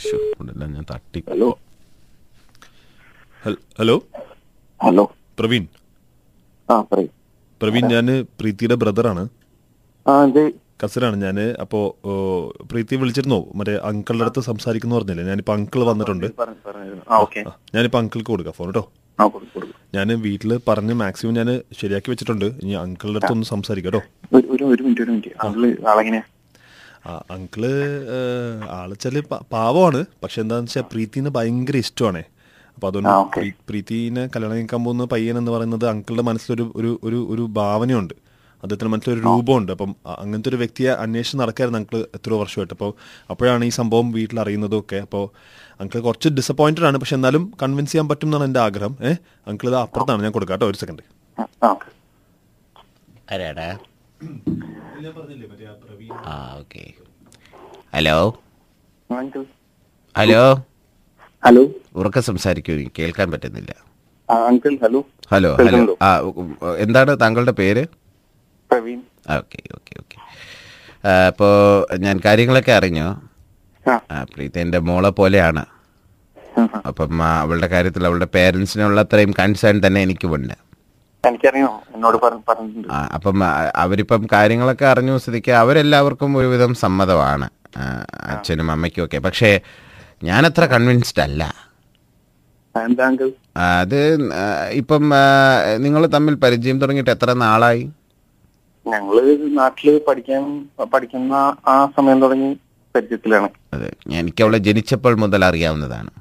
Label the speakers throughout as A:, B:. A: ശ്ശോ, ഇവിടെല്ലാം ഞാൻ തട്ടി
B: ഹലോ
A: ഹൽ- ഹലോ
B: ഹലോ
A: പ്രവീൺ
B: ആ പറയൂ
A: പ്രവീൺ ഞാൻ പ്രീതിയുടെ ബ്രദറാണ്
B: ആ ഇത്
A: കസിനാണ് ഞാൻ അപ്പോൾ പ്രീതി വിളിച്ചിരുന്നോ മറ്റേ അങ്കിളുടെ അടുത്ത് സംസാരിക്കുന്നു പറഞ്ഞില്ലേ ഞാനിപ്പോൾ അങ്കിൾ വന്നിട്ടുണ്ട്
B: പറഞ്ഞു പറഞ്ഞിരുന്നു ആ ഓക്കെ
A: ആ, ഞാനിപ്പോൾ അങ്കിൾക്ക് കൊടുക്കാം ഫോൺ കേട്ടോ
B: ആ കൊടുക്കും കൊടുക്കും
A: ഞാൻ വീട്ടിൽ പറഞ്ഞ് മാക്സിമം ഞാൻ ശരിയാക്കി വെച്ചിട്ടുണ്ട് ഇനി അങ്കിളുടെ അടുത്ത് ഒന്ന് സംസാരിക്കാം കേട്ടോ
B: ഒരു ഒരു ഒരു മിനിറ്റ് ഒരു മിനിറ്റ് അതില് ആളെങ്ങനെയാ
A: ആ, അങ്കിള് ഏഹ്, ആള് വെച്ചാല് പ- പാവമാണ് പക്ഷെ എന്താന്ന് വെച്ചാൽ പ്രീതിനെ ഭയങ്കര ഇഷ്ടമാണേ അപ്പൊ അതുകൊണ്ട്
B: ആ, okay.
A: പ്രീ- പ്രീതിനെ കല്യാണം കഴിക്കാൻ പോകുന്ന പയ്യൻ എന്ന് പറയുന്നത് അങ്കിളുടെ മനസ്സിലൊരു ഒരു ഒരു ഒരു ഭാവനയുണ്ട് അദ്ദേഹത്തിന്റെ മനസ്സിലൊരു രൂപമുണ്ട് അപ്പം അ- അങ്ങനത്തെ ഒരു വ്യക്തിയെ അന്വേഷിച്ച് നടക്കായിരുന്നു അങ്കിൾ എത്രയോ വർഷമായിട്ട് അപ്പോൾ അപ്പോഴാണ് ഈ സംഭവം വീട്ടിൽ അറിയുന്നതും ഒക്കെ അപ്പോൾ അങ്കിൾ കുറച്ച് ഡിസപ്പോയിന്റഡ് ആണ് പക്ഷെ എന്നാലും കൺവിൻസ് ചെയ്യാൻ പറ്റും എന്നാണ് എൻ്റെ ആഗ്രഹം ഏഹ് അങ്കിൾ ഇത് അപ്പുറത്താണ് ഞാൻ കൊടുക്കാം കേട്ടോ ഒരു സെക്കൻഡ്
B: ആ, ആ ഓക്കെ
C: ആരാടാ ആ okay hello
B: uncle
C: hello
B: hello
C: ഉറക്കം സംസാരിക്കൂ എനിക്ക് കേൾക്കാൻ പറ്റുന്നില്ല
B: ആ അങ്കിൾ ഹലോ
C: ഹലോ ഹലോ
B: കേൾക്കുന്നുണ്ടോ?
C: ആ ഉ- ഉ- എന്താണ് താങ്കളുടെ പേര്
B: പ്രവീൺ
C: ഓക്കെ ഓക്കെ ഓക്കെ അപ്പോൾ ഞാൻ കാര്യങ്ങളൊക്കെ അറിഞ്ഞു
B: ആ
C: ആ, പ്രീത എൻ്റെ മോളെ പോലെയാണ്
B: ആ, ആ.
C: അപ്പം ആ, അവളുടെ കാര്യത്തിൽ അവളുടെ പേരൻസിനുള്ള അത്രയും കൺസേൺ തന്നെ എനിക്കുമുണ്ട്
B: എനിക്കറിയോ എന്നോട് പറഞ്ഞ് പറഞ്ഞിട്ടുണ്ട്
C: ആ, അപ്പം ആ, അവരിപ്പം കാര്യങ്ങളൊക്കെ അറിഞ്ഞു സ്ഥിതിക്ക് അവരെല്ലാവർക്കും ഒരുവിധം സമ്മതമാണ് ആ, അച്ഛനും അമ്മയ്ക്കും ഒക്കെ പക്ഷേ ഞാനത്ര കൺവിൻസ്ഡ് അല്ല
B: ആ, എന്താ അങ്കിൾ
C: ആ, അത് ആ, ഇപ്പം നിങ്ങൾ തമ്മിൽ പരിചയം തുടങ്ങിയിട്ട് എത്ര നാളായി
B: ഞങ്ങള് നാട്ടില് പഠിക്കാൻ പഠിക്കുന്ന ആ സമയം തുടങ്ങി പരിചയത്തിലാണ്
C: അത് ഞാൻ- എനിക്ക് അവളെ ജനിച്ചപ്പോൾ മുതൽ അറിയാവുന്നതാണ്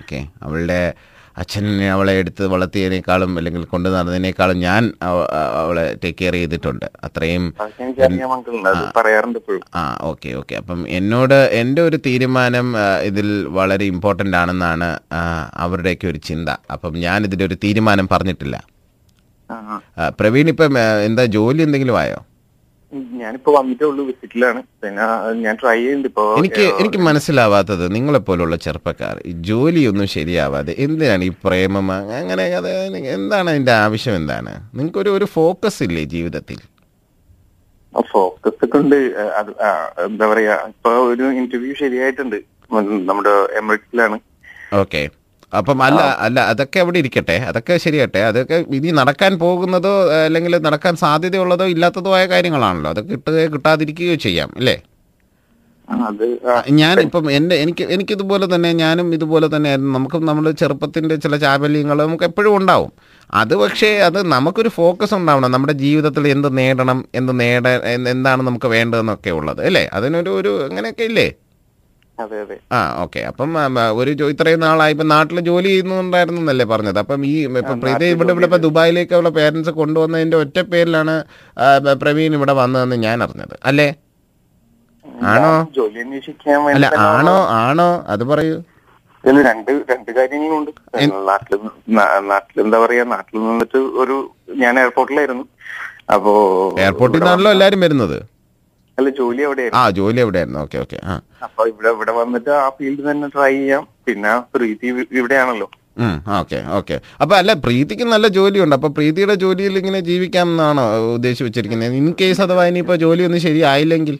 C: ഓക്കെ അവളുടെ അച്ഛൻ അവളെ എടുത്ത് വളർത്തിയതിനേക്കാളും അല്ലെങ്കിൽ കൊണ്ടു നടന്നതിനേക്കാളും ഞാൻ അവ- അവളെ ടേക്ക് കെയർ ചെയ്തിട്ടുണ്ട് അത്രയും
B: അതൊക്കെ എനിക്കറിയാം അങ്കിൾ അത് പറയാറുണ്ട് ഇപ്പോഴും
C: ആ ഓക്കെ ഓക്കെ അപ്പം എന്നോട് എൻ്റെ ഒരു തീരുമാനം ആ, ഇതിൽ വളരെ ഇമ്പോർട്ടൻ്റ് ആണെന്നാണ് ആ, അവരുടെയൊക്കെ ഒരു ചിന്ത അപ്പം ഞാൻ ഇതിൻ്റെ ഒരു തീരുമാനം പറഞ്ഞിട്ടില്ല
B: ആ, ആ.
C: ആ, പ്രവീൺ ഇപ്പം ആ, എന്താ ജോലി എന്തെങ്കിലും ആയോ
B: ഞാനിപ്പോ വന്നിട്ടേ ഉള്ളൂ വിസിറ്റിലാണ് പിന്നെ ആ, ഞാൻ ട്രൈ ചെയ്യുന്നുണ്ട് ഇപ്പൊ
C: എനിക്ക് എനിക്ക് മനസ്സിലാവാത്തത് നിങ്ങളെപ്പോലുള്ള ചെറുപ്പക്കാർ ഈ ജോലിയൊന്നും ശരിയാവാതെ എന്തിനാണ് ഈ പ്രേമം അ- അങ്ങനെ അത് എന്താണ് അതിൻ്റെ ആവശ്യം എന്താണ് നിങ്ങൾക്കൊരു ഒരു ഫോക്കസ് ഇല്ലേ ജീവിതത്തിൽ
B: ഫോക്കസ് ഒക്കെ ഉണ്ട് ഏഹ് അത് ആ, എന്താ പറയാ ഇപ്പൊ ഒരു ഇന്റർവ്യൂ ശരിയായിട്ടുണ്ട് ഉം, നമ്മുടെ എമിറേറ്റ്സിലാണ്
C: ഓക്കെ അപ്പം അല്ല അല്ല അതൊക്കെ അവിടെ ഇരിക്കട്ടെ അതൊക്കെ ശരിയാട്ടെ അതൊക്കെ ഇനി നടക്കാൻ പോകുന്നതോ ഏഹ്, അല്ലെങ്കിൽ നടക്കാൻ സാധ്യതയുള്ളതോ ഇല്ലാത്തതോ ആയ കാര്യങ്ങളാണല്ലോ അത് കിട്ടുകയോ കിട്ടാതിരിക്കുകയോ ചെയ്യാം അല്ലേ
B: അത് ആ,
C: ഞാൻ ഇപ്പം എൻ്റെ എനിക്ക് എനിക്കിതുപോലെ തന്നെ ഞാനും ഇതുപോലെ തന്നെ ആയിരുന്നു നമുക്കും നമ്മുടെ ചെറുപ്പത്തിൻ്റെ ചില ചാബല്യങ്ങൾ നമുക്ക് എപ്പോഴും ഉണ്ടാവും അത് പക്ഷേ അത് നമുക്കൊരു ഫോക്കസ് ഉണ്ടാവണം നമ്മുടെ ജീവിതത്തിൽ എന്ത് നേടണം എന്ത് നേട എന്ത് എന്താണ് നമുക്ക് വേണ്ടതെന്നൊക്കെ ഉള്ളത് അല്ലേ അതിനൊരു ഒരു അങ്ങനെയൊക്കെ ഇല്ലേ
B: അതെ അതെ
C: ആ ഓക്കെ അപ്പം ആ, ആ, ഒരു ജോ- ഇത്രയും നാളായി ഇപ്പം നാട്ടിൽ ജോലി ചെയ്യുന്നുണ്ടായിരുന്നു എന്നല്ലേ പറഞ്ഞത് അപ്പം ഈ ഇപ്പം പ്രീതി ഇവിടെ ഇവിടെ ഇപ്പം ദുബായിലേക്ക് അവളെ പേരൻസ് കൊണ്ടുവന്നതിൻ്റെ ഒറ്റ പേരിലാണ് ആ, ബ- പ്രവീൺ ഇവിടെ വന്നതെന്ന് ഞാൻ അറിഞ്ഞത് അല്ലേ ആണോ
B: ജോലി അന്വേഷിക്കാൻ
C: അല്ല
B: വേണ്ടി തന്നെ
C: ആണോ ആണോ അത് പറയൂ
B: ഇതില് രണ്ട് രണ്ട് കാര്യങ്ങളുണ്ട് നാട്ടില് നാ- നാട്ടില് എന്താ പറയാ നാട്ടിൽ നിന്നിട്ട് ഒരു ഞാൻ എയർപോർട്ടിലായിരുന്നു അപ്പോ
C: എയർപോർട്ടിൽ നിന്നാണല്ലോ എല്ലാവരും വരുന്നത്
B: അല്ല ജോലി എവിടെയായിരുന്നു
C: ആ ജോലി എവിടെയായിരുന്നു ഓക്കെ ഓക്കെ ആ
B: അപ്പൊ ഇവിടെ ഇവിടെ വന്നിട്ട് ആ ഫീൽഡ് തന്നെ ട്രൈ ചെയ്യാം പിന്നെ പ്രീതി ഇവി- ഇവിടെയാണല്ലോ
C: ഉം, ഓക്കെ ഓക്കെ അപ്പൊ അല്ല പ്രീതിക്ക് നല്ല ജോലിയുണ്ട് അപ്പൊ പ്രീതിയുടെ ജോലിയിൽ ഇങ്ങനെ ജീവിക്കാം എന്നാണോ ഉദ്ദേശിച്ച് വെച്ചിരിക്കുന്നത് ഇൻ കേസ് അഥവാ ഇനിയിപ്പോ ജോലിയൊന്നും ശരിയായില്ലെങ്കിൽ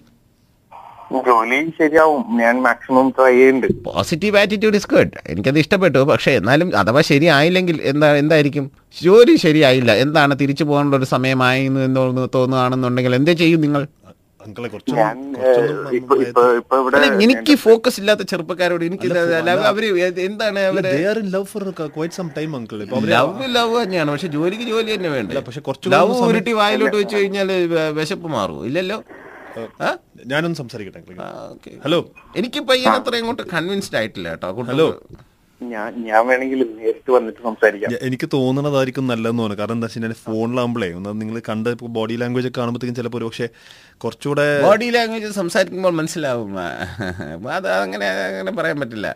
B: ജോലി ശരിയാവും ഞാൻ മാക്സിമം ട്രൈ ചെയ്യുന്നുണ്ട്
C: പോസിറ്റീവ് ആറ്റിറ്റ്യൂഡ് ഇസ് ഗുഡ് എനിക്കത് ഇഷ്ടപ്പെട്ടു പക്ഷേ എന്നാലും അഥവാ ശരിയായില്ലെങ്കിൽ എന്താ എന്തായിരിക്കും ജോലി ശരിയായില്ല എന്താണ് തിരിച്ചു പോകാനുള്ള ഒരു സമയമായി എന്ന് എന്തോന്ന് തോന്നുകയാണെന്നുണ്ടെങ്കിൽ എന്തേ ചെയ്യും നിങ്ങൾ
A: അങ്കിളെ കുറച്ചും
B: ഞാൻ ഏഹ്, ഇപ്പൊ ഇപ്പൊ ഇപ്പൊ ഇവിടെ
C: അല്ല, എനിക്ക് ഫോക്കസ് ഇല്ലാത്ത ചെറുപ്പക്കാരോട് എനിക്ക് ഇത് അല്ല, അവര് എന്താണ് അവര്
A: love for quite some time uncle ഇപ്പൊ
C: ലവ് ലവ് തന്നെയാണ് പക്ഷെ ജോലിക്ക് ജോലി തന്നെ വേണ്ട
A: പക്ഷെ കുറച്ച്
C: ലവ് ഉരുട്ടി വായിലോട്ട് വെച്ച് കഴിഞ്ഞാൽ വിശപ്പ് മാറും ഇല്ലല്ലോ ആ?
A: ഞാനൊന്ന് സംസാരിക്കട്ടെ അങ്കിൾ
C: ആ, okay.
A: ഹലോ
C: എനിക്ക് പയ്യൻ അത്ര അങ്ങോട്ട് കൺവിൻസ്ഡ് ആയിട്ടില്ല കേട്ടോ ഹലോ
B: ഞാൻ ഞാൻ വേണമെങ്കിൽ നേരിട്ട് വന്നിട്ട് സംസാരിക്കാം
A: ഞ- എനിക്ക് തോന്നണതായിരിക്കും നല്ലതെന്ന് തോന്നുന്നു കാരണം എന്താ വെച്ച് കഴിഞ്ഞാൽ ഫോണിലാകുമ്പോഴേ ഒന്ന് നിങ്ങൾ കണ്ട ബോഡി ലാംഗ്വേജ് ഒക്കെ കാണുമ്പോഴത്തേക്കും ചിലപ്പോൾ ഒരു പക്ഷേ കുറച്ചുകൂടെ
C: ബോഡി ലാംഗ്വേജ് സംസാരിക്കുമ്പോൾ മനസ്സിലാവും ആ, അത് അങ്ങനെ അങ്ങനെ പറയാൻ പറ്റില്ല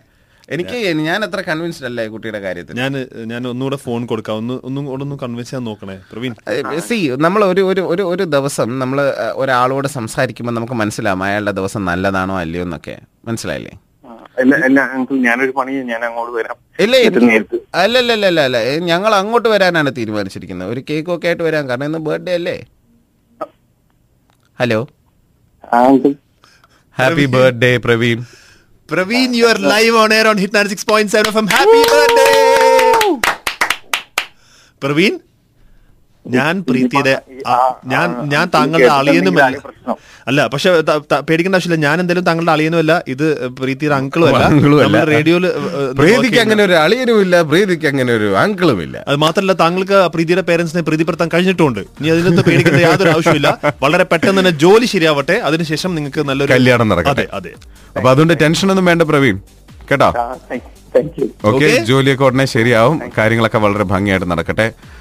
C: എനിക്ക് ഞാൻ അത്ര കൺവിൻസ്ഡ് അല്ല ഈ കുട്ടിയുടെ കാര്യത്തിൽ
A: ഞാൻ ഞാൻ ഒന്നുകൂടെ ഫോൺ കൊടുക്കാം ഒന്ന് ഒന്നും കൂടെ ഒന്ന് കൺവിൻസ് ചെയ്യാൻ നോക്കണേ പ്രവീൺ
C: സി നമ്മൾ ഒരു ഒരു ഒരു ഒരു ദിവസം നമ്മൾ ഒരാളോട് സംസാരിക്കുമ്പോൾ നമുക്ക് മനസ്സിലാവും അയാളുടെ ദിവസം നല്ലതാണോ അല്ലയോ എന്നൊക്കെ മനസ്സിലായില്ലേ
B: ആ, അല്ല അല്ല uncle, ഞാനൊരു പണി ചെയ്യാം. ഞാൻ അങ്ങോട്ട് വരാം
C: ഇല്ല
B: എന്നിട്ട് നേരിട്ട്
C: അല്ലല്ലല്ല അല്ല ഏ, ഞങ്ങൾ അങ്ങോട്ട് വരാനാണ് തീരുമാനിച്ചിരിക്കുന്നത് ഒരു കേക്കും ഒക്കെ ആയിട്ട് വരാൻ കാരണം ഇന്ന് ബർത്ത്ഡേ അല്ലേ ഹലോ
B: ആ, uncle.
C: Happy birthday Praveen
A: Praveen, you are live on air on Hit 96.7 FM. Happy birthday! Praveen ഞാൻ പ്രീതിയുടെ ആ, ഞാൻ ഞാൻ താങ്കളുടെ അളിയനുമല്ല അല്ല പക്ഷെ ത- ത- പേടിക്കേണ്ട ആവശ്യമില്ല ഞാൻ എന്തായാലും താങ്കളുടെ അളിയനുമല്ല ഇത് പ്രീതിയുടെ അങ്കിളും
C: അങ്കിളുമല്ല.
A: അല്ല റേഡിയോയിൽ
C: പ്രീതിക്ക് അങ്ങനെ ഒരു അളിയനുമില്ല പ്രീതിക്ക് അങ്ങനെ ഒരു അങ്കിളുമില്ല
A: അത് മാത്രമല്ല താങ്കൾക്ക് പ്രീതിയുടെ പേരൻസിനെ പ്രീതിപ്പെടുത്താൻ കഴിഞ്ഞിട്ടുണ്ട് ഇനി അതിനകത്ത് പേടിക്കേണ്ട യാതൊരു ആവശ്യമില്ല വളരെ പെട്ടെന്ന് തന്നെ ജോലി ശരിയാവട്ടെ അതിനുശേഷം നിങ്ങൾക്ക് നല്ലൊരു
C: കല്യാണം നടക്കട്ടെ.
A: അതെ അതെ
C: അപ്പൊ അതുകൊണ്ട് ടെൻഷനൊന്നും വേണ്ട പ്രവീൺ കേട്ടോ
B: താങ്ക് യു
C: ഓക്കെ
A: Okay.
C: ജോലിയൊക്കെ ഉടനെ ശരിയാവും കാര്യങ്ങളൊക്കെ വളരെ ഭംഗിയായിട്ട് നടക്കട്ടെ